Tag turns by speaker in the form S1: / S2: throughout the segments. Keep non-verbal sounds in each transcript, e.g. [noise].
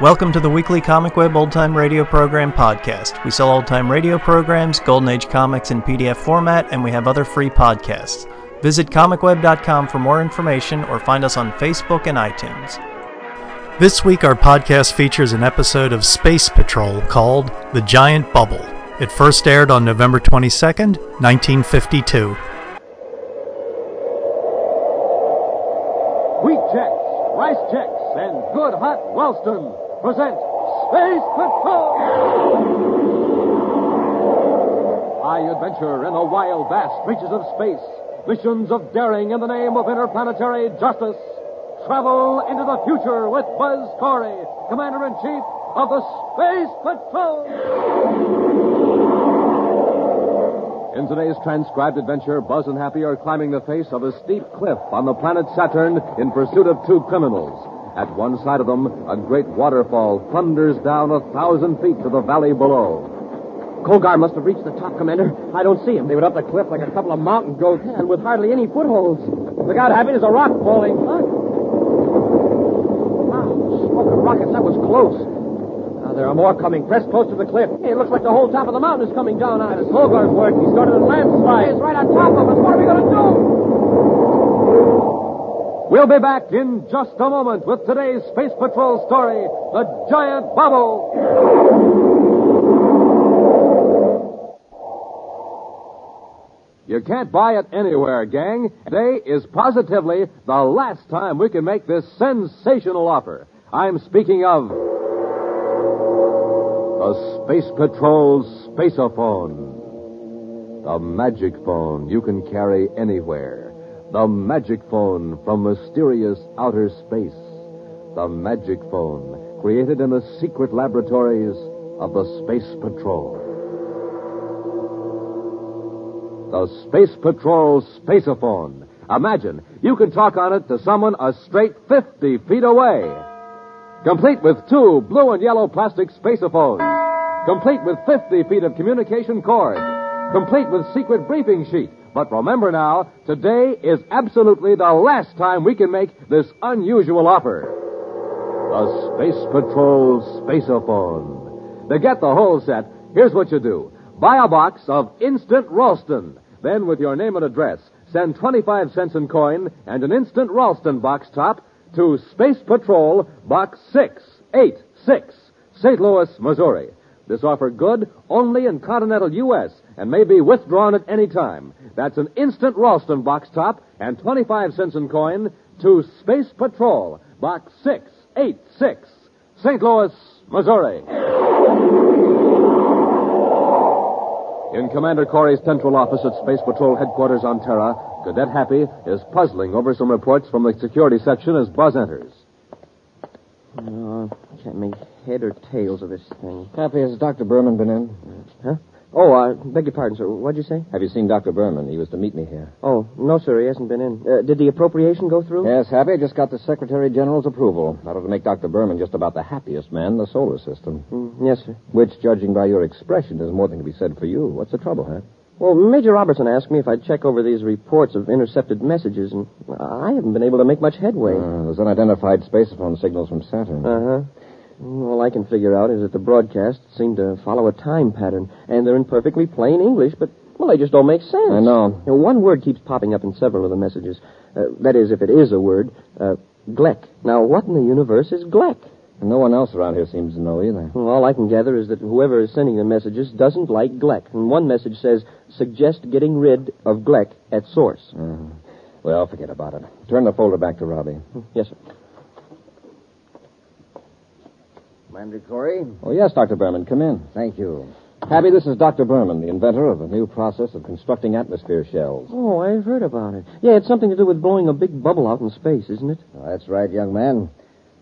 S1: Welcome to the weekly Comic Web Old Time Radio Program podcast. We sell old time radio programs, Golden Age comics in PDF format, and we have other free podcasts. Visit comicweb.com for more information or find us on Facebook and iTunes. This week, our podcast features an episode of Space Patrol called The Giant Bubble. It first aired on November 22nd, 1952.
S2: Wheat checks, rice checks, and good hot Ralston present Space Patrol! High adventure in the wild, vast reaches of space. Missions of daring in the name of interplanetary justice. Travel into the future with Buzz Corey, Commander in Chief of the Space Patrol! In today's transcribed adventure, Buzz and Happy are climbing the face of a steep cliff on the planet Saturn in pursuit of two criminals. At one side of them, a great waterfall thunders down a thousand feet to the valley below. Kogar must have reached the top, Commander. I don't see him. They went up the cliff like a couple of mountain goats and with hardly any footholds. Look out, Happy, there's a rock falling. Wow, smoke and rockets, that was close. Now, there are more coming. Press close to the cliff. Hey, it looks like the whole top of the mountain is coming down on us. Hogarth's work. He started a landslide. It's right on top of us. What are we going to do? We'll be back in just a moment with today's Space Patrol story The Giant Bubble. You can't buy it anywhere, gang. Today is positively the last time we can make this sensational offer. I'm speaking of the Space Patrol Spaceophone. The magic phone you can carry anywhere. The magic phone from mysterious outer space. The magic phone created in the secret laboratories of the Space Patrol. The Space Patrol Spaceophone. Imagine, you can talk on it to someone a straight 50 feet away complete with two blue and yellow plastic spacephones, complete with 50 feet of communication cord, complete with secret briefing sheet. But remember now, today is absolutely the last time we can make this unusual offer. The Space Patrol Spaceophone. To get the whole set, here's what you do. Buy a box of Instant Ralston. Then, with your name and address, send 25 cents in coin and an Instant Ralston box top to Space Patrol Box 686, St. Louis, Missouri. This offer good only in continental U.S. and may be withdrawn at any time. That's an Instant Ralston box top and 25 cents in coin to Space Patrol Box 686, St. Louis, Missouri. In Commander Corey's central office at Space Patrol headquarters on Terra, Cadet Happy is puzzling over some reports from the security section as Buzz enters.
S3: Oh, I can't make head or tails of this thing.
S4: Happy, has Dr. Berman been in?
S3: Huh? Oh, I beg your pardon, sir. What'd you say?
S4: Have you seen Dr. Berman? He was to meet me here.
S3: Oh, no, sir. He hasn't been in. Uh, did the appropriation go through?
S4: Yes, Happy, I just got the Secretary General's approval. That'll make Dr. Berman just about the happiest man in the solar system.
S5: Hmm.
S3: Mm, yes, sir.
S4: Which, judging by your expression, is more than can be said for you. What's the trouble, huh?
S3: Well, Major Robertson asked me if I'd check over these reports of intercepted messages, and I haven't been able to make much headway.
S4: Uh, there's unidentified spacephone signals from Saturn.
S5: Uh-huh.
S3: Uh huh. All I can figure out is that the broadcasts seem to follow a time pattern, and they're in perfectly plain English, but, well, they just don't make sense.
S4: I know.
S3: You know, one word keeps popping up in several of the messages. Uh, that is, if it is a word, uh, Gleck. Now, what in the universe is Gleck?
S4: And no one else around here seems to know either.
S3: Well, all I can gather is that whoever is sending the messages doesn't like Gleck, and one message says, suggest getting rid of Gleck at source.
S4: Well, forget about it. Turn the folder back to Robbie.
S3: Yes, sir.
S5: Commander Corey?
S4: Oh, yes, Dr. Berman, come in.
S5: Thank you.
S4: Happy, this is Dr. Berman, the inventor of a new process of constructing atmosphere shells.
S3: Oh, I've heard about it. Yeah, it's something to do with blowing a big bubble out in space, isn't it?
S5: Now, that's right, young man.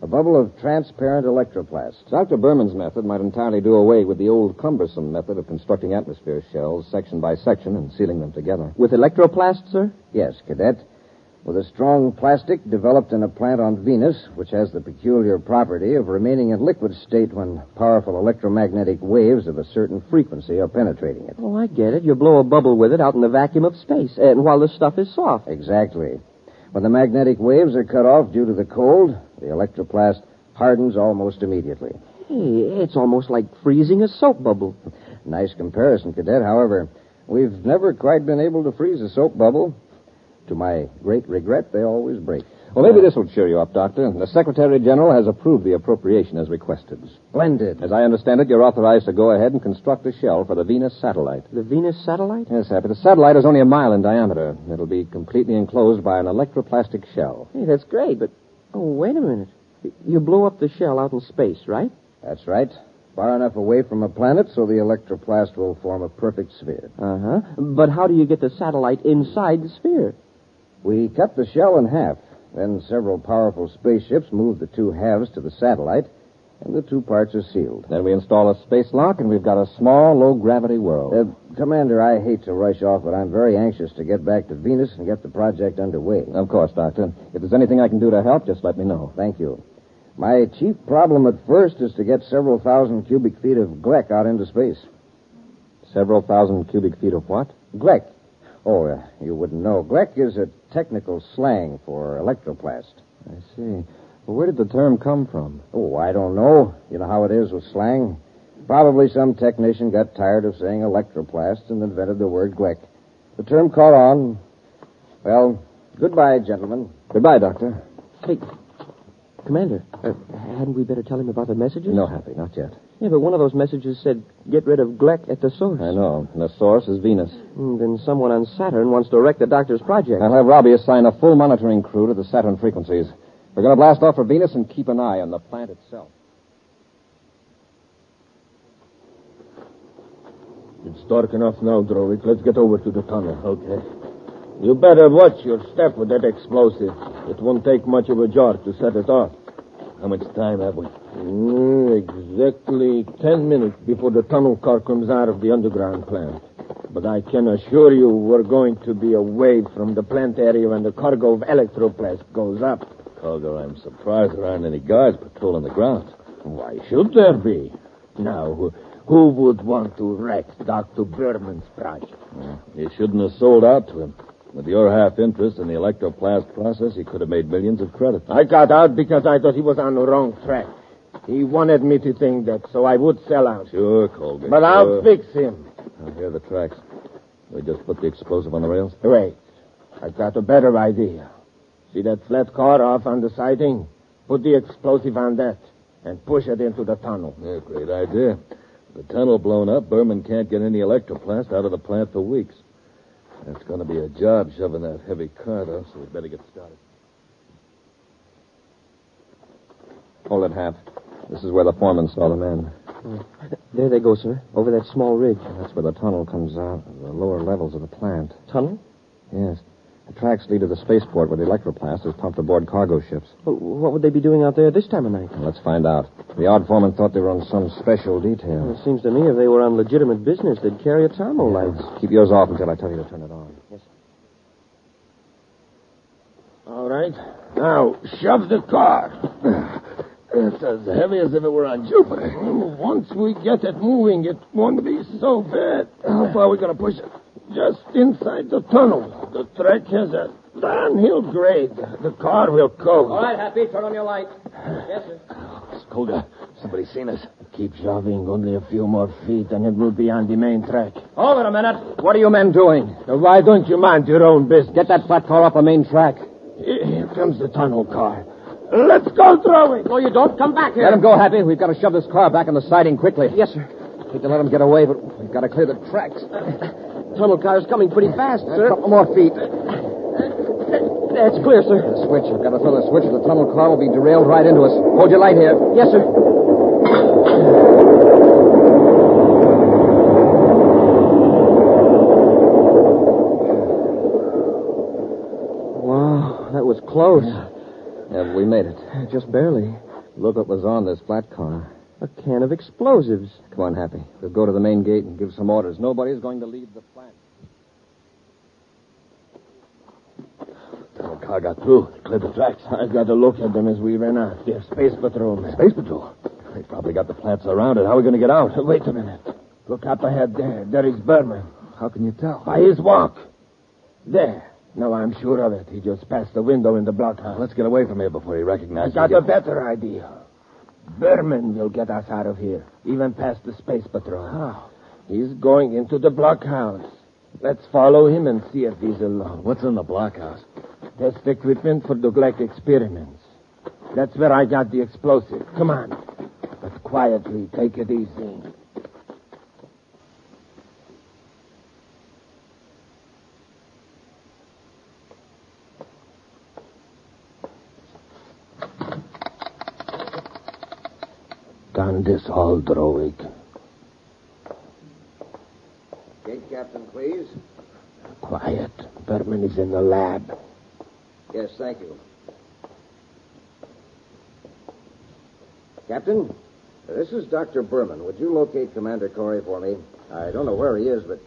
S5: A bubble of transparent electroplast.
S4: Dr. Berman's method might entirely do away with the old cumbersome method of constructing atmosphere shells section by section and sealing them together.
S3: With electroplast, sir?
S5: Yes, cadet. With a strong plastic developed in a plant on Venus, which has the peculiar property of remaining in liquid state when powerful electromagnetic waves of a certain frequency are penetrating it.
S3: Oh, I get it. You blow a bubble with it out in the vacuum of space, and while the stuff is soft.
S5: Exactly. When the magnetic waves are cut off due to the cold, the electroplast
S6: hardens almost immediately.
S3: Hey, it's almost like freezing a soap bubble.
S6: Nice comparison, Cadet. However, we've never quite been able to freeze a soap bubble. To my great regret, they always break.
S7: Well, maybe this will cheer you up, Doctor. The Secretary General has approved the appropriation as requested.
S6: Splendid.
S7: As I understand it, you're authorized to go ahead and construct a shell for the Venus satellite.
S3: The Venus satellite?
S7: Yes, Happy. The satellite is only a mile in diameter. It'll be completely enclosed by an electroplastic shell.
S3: Hey, that's great, but. Oh, wait a minute. Y- You blew up the shell out in space, right?
S6: That's right. Far enough away from a planet so the electroplast will form a perfect sphere.
S3: Uh huh. But how do you get the satellite inside the sphere?
S6: We cut the shell in half. Then several powerful spaceships move the two halves to the satellite, and the two parts are sealed.
S7: Then we install a space lock, and we've got a small, low gravity world.
S6: Uh, Commander, I hate to rush off, but I'm very anxious to get back to Venus and get the project underway.
S7: Of course, Doctor. If there's anything I can do to help, just let me know.
S6: Thank you. My chief problem at first is to get several thousand cubic feet of Gleck out into space.
S7: Several thousand cubic feet of what?
S6: Gleck. Oh, uh, you wouldn't know. Gleck is a technical slang for electroplast.
S7: I see. Well, where did the term come from?
S6: Oh, I don't know. You know how it is with slang. Probably some technician got tired of saying electroplast and invented the word Gleck. The term caught on. Well, goodbye, gentlemen.
S7: Goodbye, Doctor.
S3: Hey, Commander, uh, hadn't we better tell him about the messages?
S7: No, Happy, not yet.
S3: Yeah, but one of those messages said, get rid of Gleck at the source.
S7: I know. And the source is Venus.
S3: Hmm, then someone on Saturn wants to wreck the doctor's project.
S7: I'll have Robbie assign a full monitoring crew to the Saturn frequencies. We're going to blast off for Venus and keep an eye on the plant itself.
S2: It's dark enough now, Drowick. Let's get over to the tunnel. Okay. You better watch your step with that explosive. It won't take much of a jar to set it off. How much time have we? exactly ten minutes before the tunnel car comes out of the underground plant. But I can assure you we're going to be away from the plant area when the cargo of electroplast goes up. Cargo, I'm surprised there aren't any guards patrolling the grounds. Why should there be? Now, who- who would want to wreck Dr. Berman's project?
S8: You shouldn't have sold out to him. With your half interest in the electroplast process, you could have made millions of credit.
S2: I got out because I thought he was on the wrong track. He wanted me to think that, so I would sell out.
S8: Sure, Colby.
S2: But
S8: sure.
S2: I'll fix him.
S8: I hear the tracks. We just put the explosive on the rails.
S2: Wait, I got a better idea. See that flat car off on the siding? Put the explosive on that and push it into the tunnel.
S8: Yeah, great idea. The tunnel blown up, Berman can't get any electroplast out of the plant for weeks. That's going to be a job shoving that heavy car, though, so we better get started.
S7: Hold it, Hap. This is where the foreman saw the men.
S3: There they go, sir, over that small ridge.
S7: That's where the tunnel comes out, the lower levels of the plant.
S3: Tunnel?
S7: Yes. The tracks lead to the spaceport where the electroplast is pumped aboard cargo ships.
S3: Well, what would they be doing out there this time of night?
S7: Now, let's find out. The odd foreman thought they were on some special detail.
S3: Well, it seems to me if they were on legitimate business, they'd carry atomo lights.
S7: Keep yours off until I tell you to turn it on.
S2: All right. Now, shove the car.
S8: It's as heavy as if it were on Jupiter.
S2: [sighs] Once we get it moving, it won't be so bad. How far are we going to push it? Just inside the tunnel. The track has a downhill grade. The car will go. All right, Happy, turn on your light. Yes, sir. It's colder. Somebody's seen us. Keep shoving only a few more feet, and it will be on the main track. Over a minute. What are you men doing? Why don't you mind your own business? Get that flat car off the main track. Here comes the tunnel car. Let's go, Throwing. No, you don't. Come back here.
S7: Let him go, Happy. We've got to shove this car back on the siding quickly. Yes, sir. We can let him get away, but we've got to clear the tracks.
S3: Tunnel car's coming pretty fast,
S7: A
S3: sir.
S7: couple more feet.
S3: That's clear, sir.
S7: The switch. We've got to throw the switch. or The tunnel car will be derailed right into us. Hold your light here.
S3: Yes, sir. Wow, that was close.
S7: Yeah, we made it.
S3: Just barely.
S7: Look what was on this flat car.
S3: A can of explosives.
S7: Come on, Happy. We'll go to the main gate and give some orders. Nobody's going to leave the plant.
S2: The car got through. Cleared the tracks. I got a look at them as we ran out. They're space patrol men.
S8: Space patrol. They probably got the plant surrounded. How are we going to get out?
S2: Wait a minute. Look up ahead there. There is Berman.
S8: How can you tell?
S2: By his walk. There. Now I'm sure of it. He just passed the window in the blockhouse.
S8: Let's get away from here before he
S2: I
S8: recognizes
S2: got
S8: us.
S2: a better idea. Berman will get us out of here, even past the space patrol. He's going into the blockhouse. Let's follow him and see if he's alone.
S9: What's in the blockhouse?
S2: Test equipment for the Black experiments. That's where I got the explosive. Come on. But quietly, take it easy. Candace Aldrowick.
S5: Gate, Captain, please.
S2: Quiet. Berman is in the lab.
S5: Yes, thank you. Captain, this is Dr. Berman. Would you locate Commander Corey for me? I don't know where he is, but.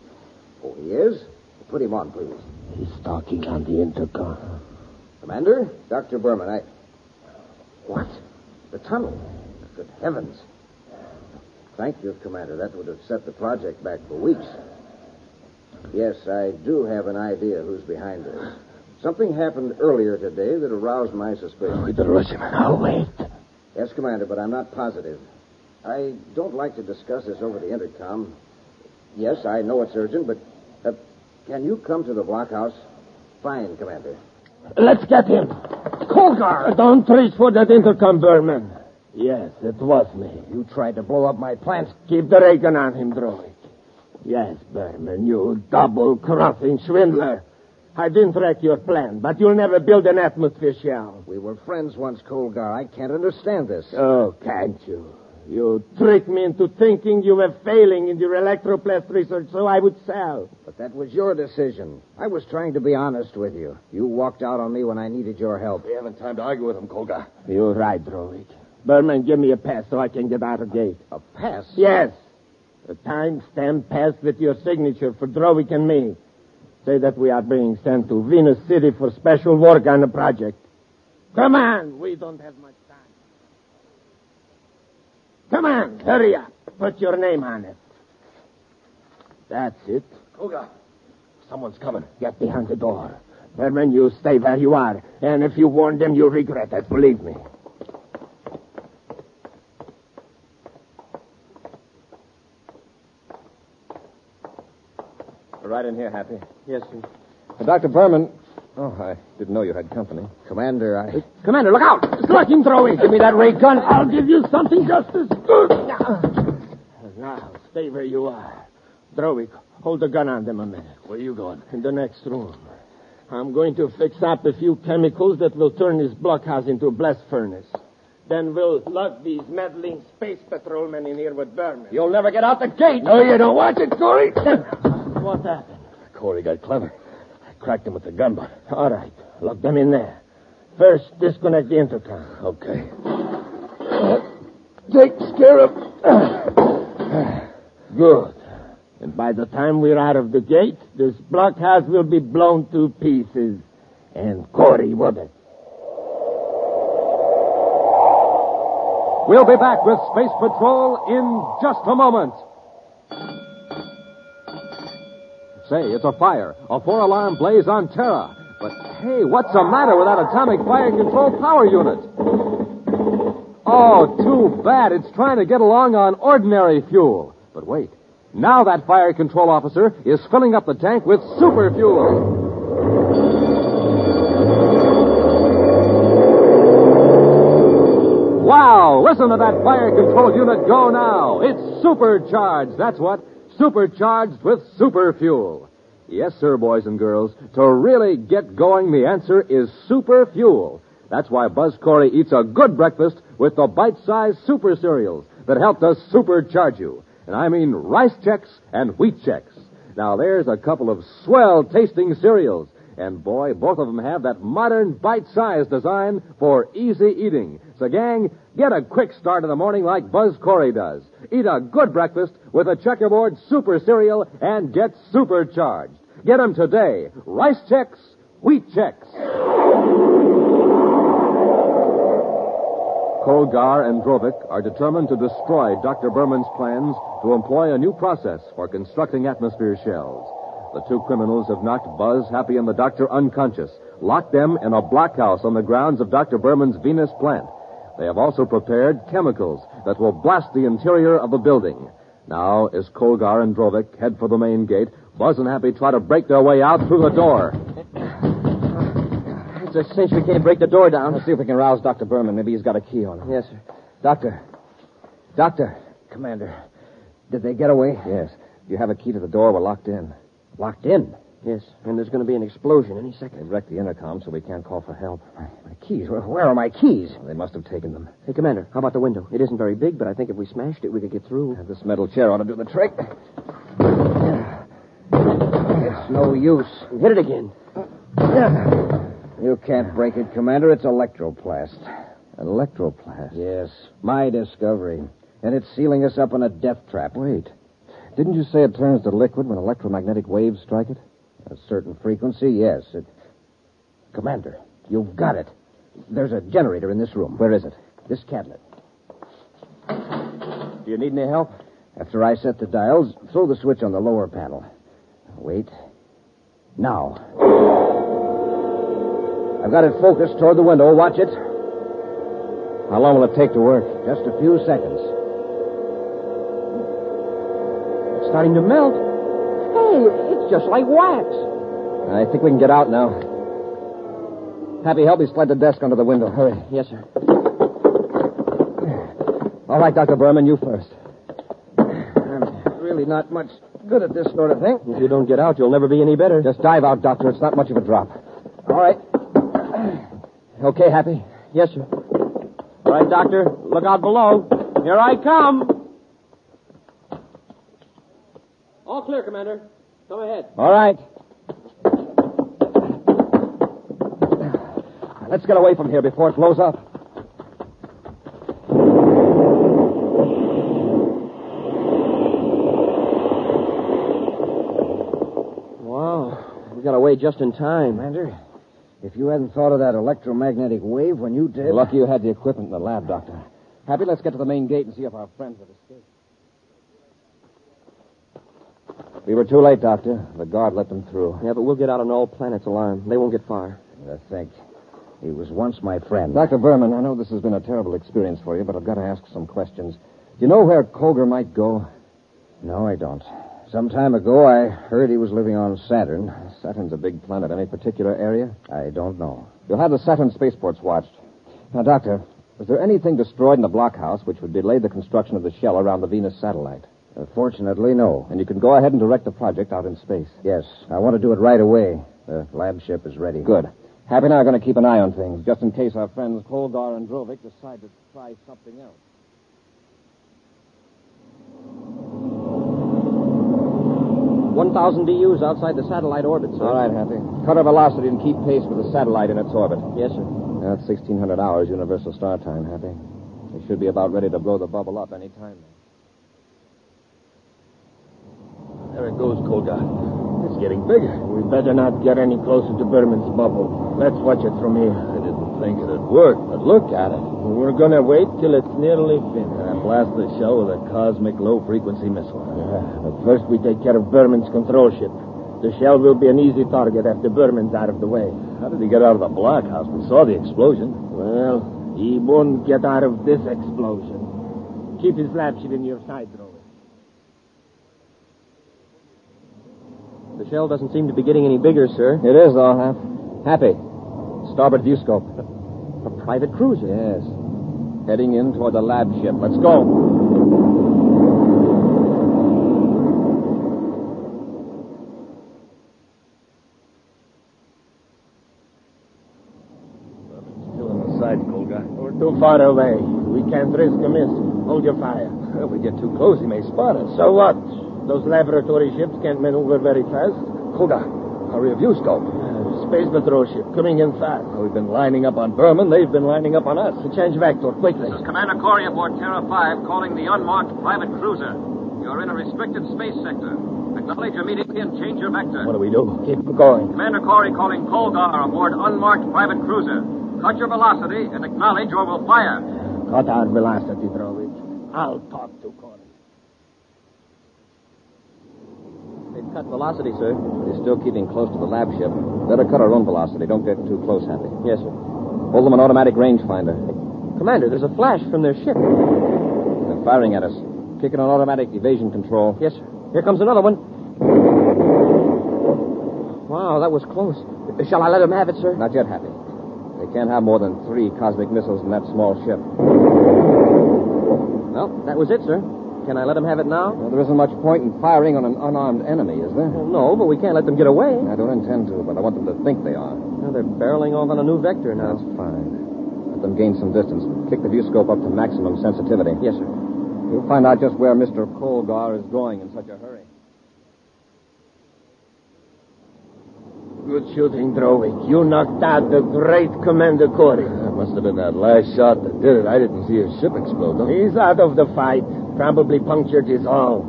S5: Oh, he is? Put him on, please.
S2: He's talking on the intercom.
S5: Commander, Dr. Berman, I.
S2: What?
S5: The tunnel. Good heavens. Thank you, Commander. That would have set the project back for weeks. Yes, I do have an idea who's behind this. Something happened earlier today that aroused my suspicion.
S2: We better rush him. I'll wait.
S5: Yes, Commander, but I'm not positive. I don't like to discuss this over the intercom. Yes, I know it's urgent, but uh, can you come to the blockhouse? Fine, Commander.
S2: Let's get him. Colgar! Don't reach for that intercom, Berman. Yes, it was me.
S5: You tried to blow up my plants.
S2: Keep the ray gun on him, Droid. Yes, Berman, you double-crossing swindler. I didn't wreck your plan, but you'll never build an atmosphere shell.
S5: We were friends once, Colgar. I can't understand this.
S2: Oh, can't you? You tricked me into thinking you were failing in your electroplast research, so I would sell.
S5: But that was your decision. I was trying to be honest with you. You walked out on me when I needed your help.
S9: We haven't time to argue with him, Colgar.
S2: You're right, Droid. Berman, give me a pass so I can get out of gate.
S5: A pass?
S2: Yes. A timestamp pass with your signature for Drowick and me. Say that we are being sent to Venus City for special work on a project. Come on, we don't have much time. Come on, hurry up. Put your name on it. That's it.
S9: Colgar, someone's coming.
S2: Get behind the door. Berman, you stay where you are. And if you warn them, you'll regret it. Believe me.
S9: Right in here, Happy.
S3: Yes, sir.
S4: Uh, Dr. Berman. Oh, I didn't know you had company.
S5: Commander, I.
S2: Commander, look out! It's looking throwing. Give me that ray gun. I'll give you something just as good. Now, stay where you are. Drowick, hold the gun on them a minute.
S9: Where are you going?
S2: In the next room. I'm going to fix up a few chemicals that will turn this blockhouse into a blast furnace. Then we'll lock these meddling space patrolmen in here with Berman.
S9: You'll never get out the gate.
S2: No, you don't watch it, Corey. what happened?
S9: [laughs] Corey got clever. I cracked him with the gun butt. [laughs]
S2: All right, lock them in there. First, disconnect the intercom.
S9: Okay. Uh,
S2: Take care of. Good. And by the time we're out of the gate, this blockhouse will be blown to pieces. And Corey with it.
S7: We'll be back with Space Patrol in just a moment. Say, it's a fire, a four alarm blaze on Terra. But hey, what's the matter with that atomic fire control power unit? Oh, too bad. It's trying to get along on ordinary fuel. But wait. Now that fire control officer is filling up the tank with super fuel. Wow! Listen to that fire control unit go now. It's supercharged. That's what. Supercharged with super fuel. Yes, sir, boys and girls. To really get going, the answer is super fuel. That's why Buzz Corey eats a good breakfast with the bite-sized super cereals that help to supercharge you. And I mean rice checks and wheat checks. Now there's a couple of swell tasting cereals. And boy, both of them have that modern bite-sized design for easy eating. So gang, get a quick start in the morning like Buzz Corey does. Eat a good breakfast with a checkerboard super cereal and get supercharged. Get 'em today. Rice checks, wheat checks. Kolgar and Drovic are determined to destroy Dr. Berman's plans to employ a new process for constructing atmosphere shells. The two criminals have knocked Buzz, Happy, and the doctor unconscious, locked them in a blockhouse on the grounds of Dr. Berman's Venus plant.
S10: They have also prepared chemicals that will blast the interior of the building. Now, as Kolgar and Drovik head for the main gate, Buzz and Happy try to break their way out through the door.
S11: It's a cinch we can't break the door down.
S7: Let's see if we can rouse Dr. Berman. Maybe he's got a key on him.
S11: Yes, sir.
S7: Doctor. Doctor. Commander. Did they get away? Yes. You have a key to the door. We're locked in.
S11: Locked in? Yes, and there's going to be an explosion any second.
S7: They wrecked the intercom, so we can't call for help.
S11: My keys? Where, where are my keys?
S7: They must have taken them.
S11: Hey, Commander, how about the window? It isn't very big, but I think if we smashed it, we could get through.
S7: This metal chair ought to do the trick.
S12: It's no use.
S11: We hit it again.
S12: You can't break it, Commander. It's electroplast.
S7: Electroplast.
S12: Yes, my discovery. And it's sealing us up in a death trap.
S7: Wait. Didn't you say it turns to liquid when electromagnetic waves strike it?
S12: A certain frequency, yes. It... Commander, you've got it. There's a generator in this room.
S7: Where is it?
S12: This cabinet.
S7: Do you need any help?
S12: After I set the dials, throw the switch on the lower panel. Wait. Now. I've got it focused toward the window. Watch it.
S7: How long will it take to work?
S12: Just a few seconds. It's starting to melt. Hey, it's just like wax.
S7: I think we can get out now. Happy, help me slide the desk under the window. Hurry.
S11: Yes, sir.
S7: All right, Dr. Berman, you first.
S12: I'm really not much good at this sort of thing.
S7: If you don't get out, you'll never be any better. Just dive out, Doctor. It's not much of a drop.
S12: All right.
S7: Okay, Happy?
S11: Yes, sir.
S7: All right, Doctor. Look out below. Here I come.
S13: All clear, Commander. Come ahead.
S7: All right. Let's get away from here before it blows up.
S11: Wow. We got away just in time.
S12: Commander, if you hadn't thought of that electromagnetic wave when you did.
S7: Lucky you had the equipment in the lab, Doctor. Happy, let's get to the main gate and see if our friends have escaped. We were too late, Doctor. The guard let them through.
S11: Yeah, but we'll get out an all planets alarm. They won't get far.
S12: I think. He was once my friend.
S7: Dr. Berman, I know this has been a terrible experience for you, but I've got to ask some questions. Do you know where Colger might go?
S12: No, I don't. Some time ago, I heard he was living on Saturn.
S7: Saturn's a big planet. Any particular area?
S12: I don't know.
S7: You'll have the Saturn spaceports watched. Now, Doctor, was there anything destroyed in the blockhouse which would delay the construction of the shell around the Venus satellite?
S12: Uh, Fortunately, no.
S7: And you can go ahead and direct the project out in space.
S12: Yes, I want to do it right away. The lab ship is ready.
S7: Good. Happy and I are going to keep an eye on things, just in case our friends Kolgar and Drovik decide to try something else.
S11: One thousand DUs outside the satellite orbit, sir.
S7: All right, Happy. Cut our velocity and keep pace with the satellite in its orbit.
S11: Yes, sir.
S7: Now it's 1600 hours Universal Star Time, Happy. They should be about ready to blow the bubble up any time now.
S2: There it goes, Kolgar. It's getting bigger. We better not get any closer to Berman's bubble. Let's watch it from here.
S14: I didn't think it'd work, but look at it.
S2: We're gonna wait till it's nearly finished.
S14: And blast the shell with a cosmic low frequency missile.
S2: Yeah, but first we take care of Berman's control ship. The shell will be an easy target after Berman's out of the way.
S14: How did he get out of the blockhouse? We saw the explosion.
S2: Well, he won't get out of this explosion. Keep his lab ship in your sight, Rowan.
S11: The shell doesn't seem to be getting any bigger, sir.
S7: It is, though, Hap. Happy. Starboard view scope.
S11: A private cruiser.
S7: Yes. Heading in toward the lab ship. Let's go.
S14: Still on the side, Kolgar.
S2: We're too far away. We can't risk a miss. Hold your fire.
S14: If [laughs] we get too close, he may spot us.
S2: So what? Those laboratory ships can't maneuver very fast.
S14: Kolgar, our review scope.
S2: Uh, space patrol ship coming in fast.
S14: Well, We've been lining up on Berman. They've been lining up on us.
S2: We change vector quickly.
S15: Commander Corey aboard Terra 5 calling the unmarked private cruiser. You're in a restricted space sector. Acknowledge immediately and change your vector.
S14: What do we do?
S2: Keep going.
S15: Commander Corey calling Colgar aboard unmarked private cruiser. Cut your velocity and acknowledge or we'll fire.
S2: Cut our velocity, Drovich. I'll talk to Corey.
S11: They've cut velocity, sir.
S7: They're still keeping close to the lab ship. Better cut our own velocity. Don't get too close, Happy.
S11: Yes, sir.
S7: Hold them an automatic rangefinder.
S3: Commander, there's a flash from their ship.
S7: They're firing at us. Kicking on automatic evasion control.
S3: Yes, sir. Here comes another one. Wow, that was close. Shall I let him have it, sir?
S7: Not yet, Happy. They can't have more than three cosmic missiles in that small ship.
S3: Well, that was it, sir. Can I let him have it now?
S7: Well, there isn't much point in firing on an unarmed enemy, is there?
S3: Well, no, but we can't let them get away.
S7: I don't intend to, but I want them to think they are.
S3: Now they're barreling off on a new vector now.
S7: That's fine. Let them gain some distance. Kick the viewscope up to maximum sensitivity.
S3: Yes, sir.
S7: You'll find out just where Mr. Colgar is going in such a hurry.
S2: Good shooting, Drovik. You knocked out the great Commander Corey.
S16: That must have been that last shot that did it. I didn't see his ship explode, though.
S2: He's out of the fight. Probably punctured his hull.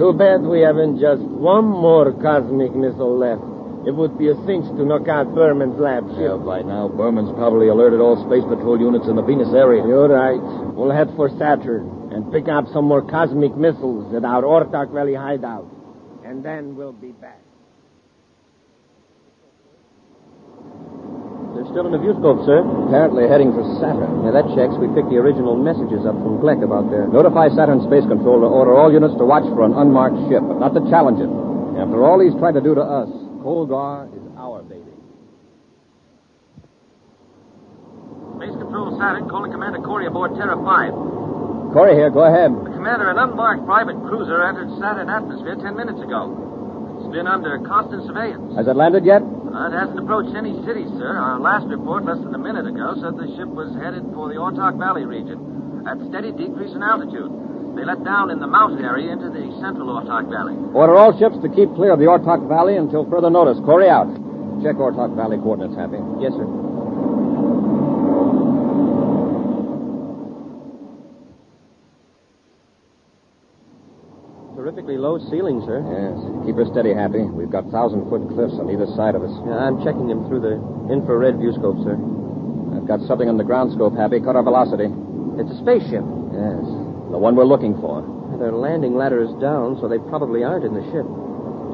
S2: Too bad we haven't just one more cosmic missile left. It would be a cinch to knock out Berman's lab
S16: Yeah,
S2: ship.
S16: by now, Berman's probably alerted all Space Patrol units in the Venus area.
S2: You're right. We'll head for Saturn and pick up some more cosmic missiles at our Ortak Valley hideout. And then we'll be back.
S3: They're still in the viewscope, sir.
S7: Apparently heading for Saturn.
S3: Now, that checks. We picked the original messages up from Gleck about their.
S7: Notify Saturn Space Control to order all units to watch for an unmarked ship, but not to challenge it. After all he's tried to do to us, Colgar is our baby.
S17: Space Control Saturn calling Commander Corey aboard Terra 5.
S7: Corey here, go ahead.
S17: Commander, an unmarked private cruiser entered Saturn atmosphere ten minutes ago. It's been under constant surveillance.
S7: Has it landed yet?
S17: Uh, it hasn't approached any city, sir. Our last report, less than a minute ago, said the ship was headed for the Ortok Valley region at steady decrease in altitude. They let down in the mountain area into the central Ortok Valley.
S7: Order all ships to keep clear of the Ortok Valley until further notice. Corey out. Check Ortok Valley coordinates, Happy.
S3: Yes, sir. Terrifically low ceiling, sir.
S7: Yes. Keep her steady, Happy. We've got thousand foot cliffs on either side of us.
S3: Yeah, I'm checking them through the infrared viewscope, sir.
S7: I've got something on the ground scope, Happy. Cut our velocity.
S3: It's a spaceship.
S7: Yes. The one we're looking for.
S3: Their landing ladder is down, so they probably aren't in the ship.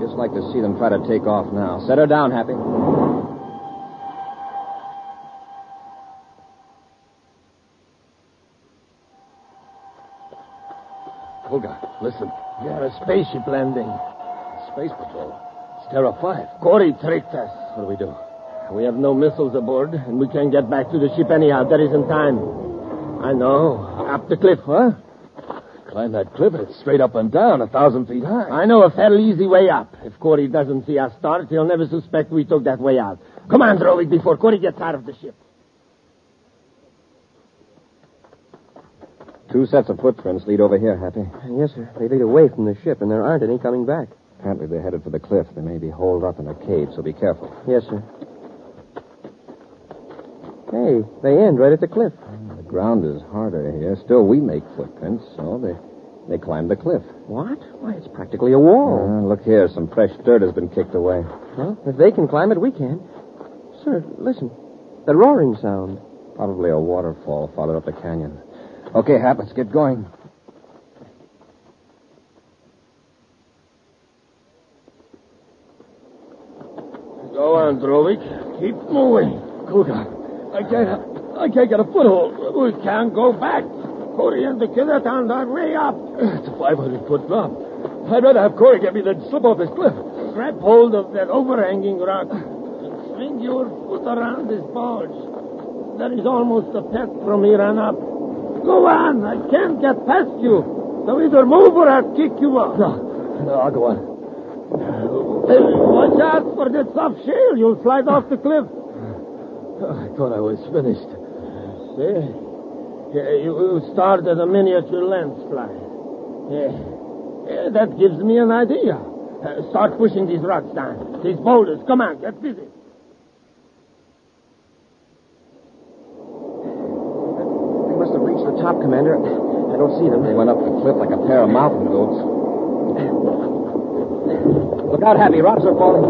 S7: Just like to see them try to take off now. Set her down, Happy.
S16: Colgar, listen.
S2: We have a spaceship landing.
S16: Space Patrol. It's Terra 5.
S2: Corey tricked us.
S16: What do we do?
S2: We have no missiles aboard, and we can't get back to the ship anyhow. There isn't time. I know. Up the cliff, huh?
S16: Climb that cliff. It's straight up and down, a thousand feet high.
S2: I know a fairly easy way up. If Corey doesn't see us start, he'll never suspect we took that way out. Come on, Drovik, before Corey gets out of the ship.
S7: Two sets of footprints lead over here, Happy.
S3: Yes, sir. They lead away from the ship, and there aren't any coming back.
S7: Apparently they're headed for the cliff. They may be holed up in a cave, so be careful.
S3: Yes, sir. Hey, they end right at the cliff.
S7: The ground is harder here. Still, we make footprints, so they, they climb the cliff.
S3: What? Why, it's practically a wall.
S7: Uh, look here, some fresh dirt has been kicked away.
S3: Well, if they can climb it, we can. Sir, listen. The roaring sound.
S7: Probably a waterfall followed up the canyon. Okay, Hap, let's get going.
S2: Go on, Drovik. Keep moving. Kuga, I can't, I can't get a foothold. We can't go back. Corey and the kid are down that way up.
S16: It's a 500 foot drop. I'd rather have Corey get me than slip off this cliff.
S2: Grab hold of that overhanging rock and swing your foot around this bulge. That is almost a path from here on up. Go on, I can't get past you. So either move or I'll kick you off.
S16: No, I'll go on.
S2: Watch out for that soft shale. You'll slide off the cliff. Oh,
S16: I thought I was finished.
S2: See? Yeah, you you started a miniature landslide. Yeah. Yeah, that gives me an idea. Uh, start pushing these rocks down. These boulders. Come on, get busy.
S3: They must have reached the top, Commander. I don't see them.
S7: They went up the cliff like a pair of mountain goats. Look out, Happy. Rocks are falling.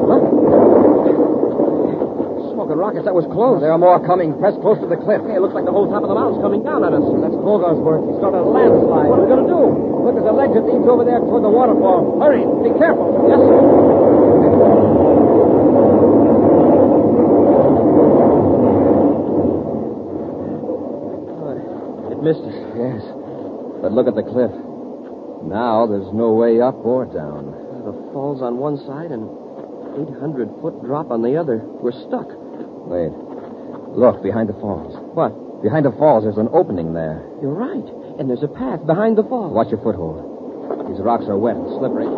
S7: Smoke and rockets, that was close. There are more coming. Press close to the cliff. Hey, it looks like the whole top of the mountain's coming down on us. That's Colgar's work. He started a landslide. What are we going to do? Look, there's a ledge that leads over there toward the waterfall. Hurry. Be careful. Yes, sir.
S3: missed us.
S5: Yes. But look at the cliff. Now there's no way up or down.
S3: The falls on one side and 800 foot drop on the other. We're stuck.
S5: Wait. Look, behind the falls.
S3: What?
S5: Behind the falls, there's an opening there.
S3: You're right. And there's a path behind the falls.
S5: Watch your foothold. These rocks are wet and slippery.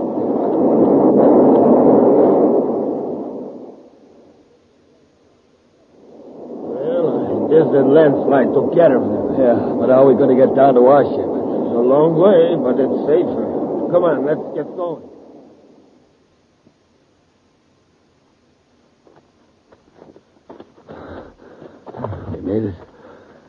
S2: Well, there's a landslide took care of them. Yeah, but how are we going to get down to our ship? It's a long way, but it's safer. Come on, let's get going.
S9: We made it.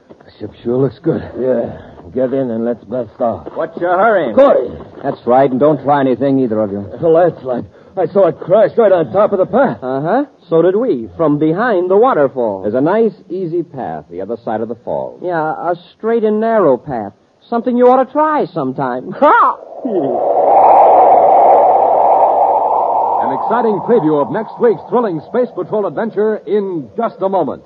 S9: The ship sure looks good.
S2: Yeah, get in and let's bust off.
S5: What's your hurry?
S2: Corey,
S5: That's right, and don't try anything, either of you.
S2: there's a landslide. I saw it crash right on top of the path.
S3: Uh huh. So did we, from behind the waterfall.
S5: There's a nice, easy path the other side of the falls.
S3: Yeah, a straight and narrow path. Something you ought to try
S5: [laughs]
S3: sometime.
S7: An exciting preview of next week's thrilling Space Patrol adventure in just a moment.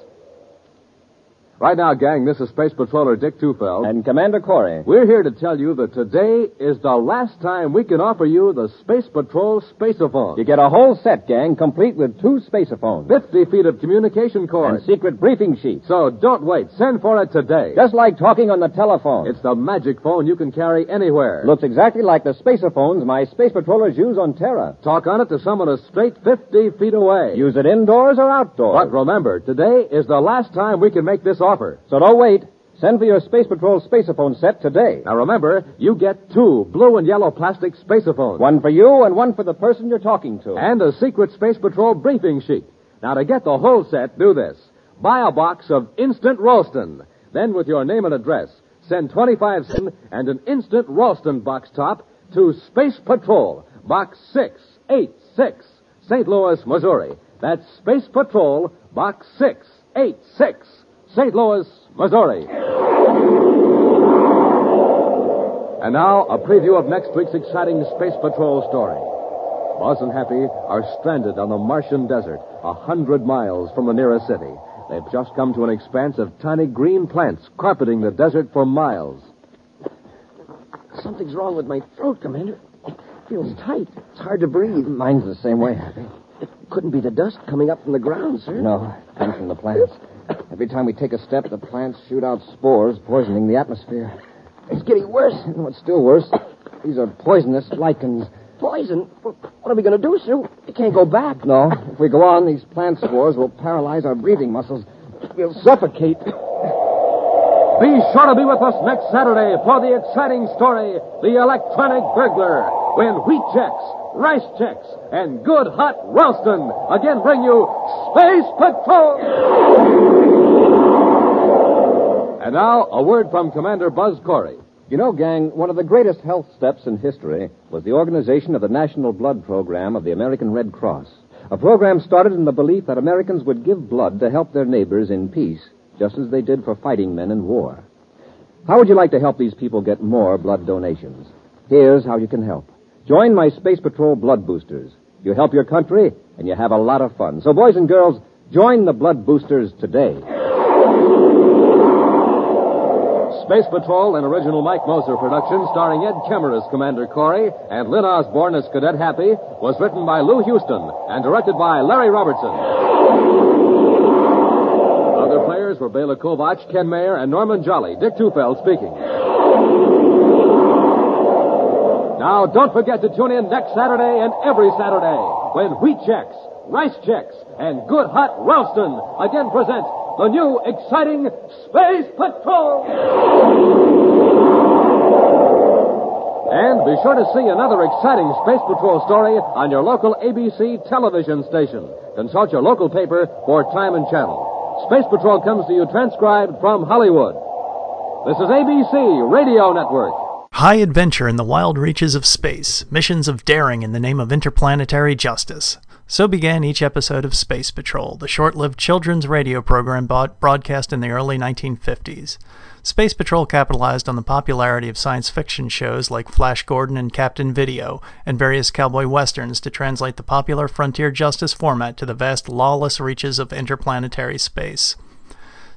S7: Right now, gang, this is Space Patroller Dick Tufeld.
S5: And Commander Corey.
S7: We're here to tell you that today is the last time we can offer you the Space Patrol Spaceophone.
S5: You get a whole set, gang, complete with two spacephones
S7: 50 feet of communication
S5: and
S7: cord.
S5: secret briefing sheets.
S7: So don't wait. Send for it today.
S5: Just like talking on the telephone.
S7: It's the magic phone you can carry anywhere.
S5: Looks exactly like the spacephones my space patrollers use on Terra.
S7: Talk on it to someone a straight 50 feet away.
S5: Use it indoors or outdoors.
S7: But remember, today is the last time we can make this offer.
S5: So don't wait. Send for your Space Patrol spaceophone set today.
S7: Now remember, you get two blue and yellow plastic spacephones.
S5: One for you and one for the person you're talking to.
S7: And a secret Space Patrol briefing sheet. Now, to get the whole set, do this. Buy a box of instant Ralston. Then, with your name and address, send 25 cents and an instant Ralston box top to Space Patrol, Box 686, St. Louis, Missouri. That's Space Patrol, Box 686, St. Louis, Missouri. And now, a preview of next week's exciting Space Patrol story. Buzz and Happy are stranded on the Martian desert, a hundred miles from the nearest city. They've just come to an expanse of tiny green plants carpeting the desert for miles.
S3: Something's wrong with my throat, Commander. It feels tight. It's hard to breathe.
S5: Mine's the same way.
S3: It couldn't be the dust coming up from the ground, sir.
S5: No, it comes from the plants. Every time we take a step, the plants shoot out spores, poisoning the atmosphere. It's getting worse. And what's still worse, these are poisonous lichens.
S3: Poison? Well, What are we going to do, sir? We can't go back.
S5: No, if we go on, these plant spores will paralyze our breathing muscles. We'll suffocate.
S7: Be sure to be with us next Saturday for the exciting story The Electronic Burglar, when wheat checks, rice checks, and good hot Ralston again bring you Space Patrol! And now, a word from Commander Buzz Corey.
S5: You know, gang, one of the greatest health steps in history was the organization of the National Blood Program of the American Red Cross. A program started in the belief that Americans would give blood to help their neighbors in peace, just as they did for fighting men in war. How would you like to help these people get more blood donations? Here's how you can help. Join my Space Patrol Blood Boosters. You help your country, and you have a lot of fun. So, boys and girls, join the Blood Boosters today.
S7: Space Patrol, an original Mike Moser production starring Ed Kemmer as Commander Corey and Lynn Osborne as Cadet Happy, was written by Lou Houston and directed by Larry Robertson. Other players were Bela Kovach, Ken Mayer, and Norman Jolly. Dick Tufeld speaking. Now, don't forget to tune in next Saturday and every Saturday when Wheat Checks, Rice Checks, and Good Hot Ralston again present the new exciting Space Patrol! And be sure to see another exciting Space Patrol story on your local ABC television station. Consult your local paper for time and channel. Space Patrol comes to you transcribed from Hollywood. This is ABC Radio Network.
S1: High adventure in the wild reaches of space, missions of daring in the name of interplanetary justice. So began each episode of Space Patrol, the short lived children's radio program bod- broadcast in the early 1950s. Space Patrol capitalized on the popularity of science fiction shows like Flash Gordon and Captain Video, and various cowboy westerns to translate the popular frontier justice format to the vast lawless reaches of interplanetary space.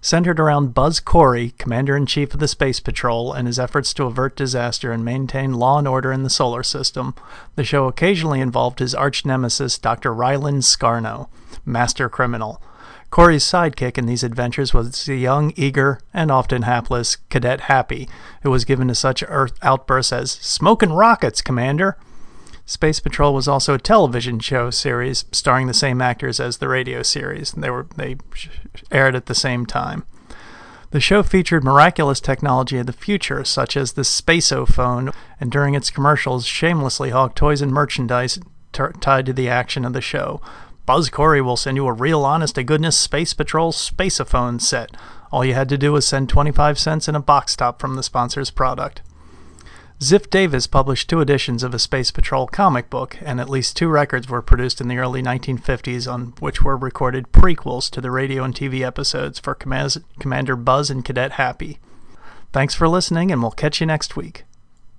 S1: centered around Buzz Corey, Commander in Chief of the Space Patrol, and his efforts to avert disaster and maintain law and order in the solar system. The show occasionally involved his arch nemesis, Dr. Ryland Scarno, master criminal. Corey's sidekick in these adventures was the young, eager, and often hapless Cadet Happy, who was given to such earth outbursts as "Smokin' rockets, Commander." Space Patrol was also a television show series starring the same actors as the radio series. They were they sh- aired at the same time. The show featured miraculous technology of the future, such as the spaceophone, and during its commercials, shamelessly hawked toys and merchandise t- tied to the action of the show. Buzz Corey will send you a real honest to goodness Space Patrol Spaceophone set. All you had to do was send 25 cents in a box top from the sponsor's product. Ziff Davis published two editions of a Space Patrol comic book, and at least two records were produced in the early 1950s on which were recorded prequels to the radio and TV episodes for Commaz- Commander Buzz and Cadet Happy. Thanks for listening, and we'll catch you next week.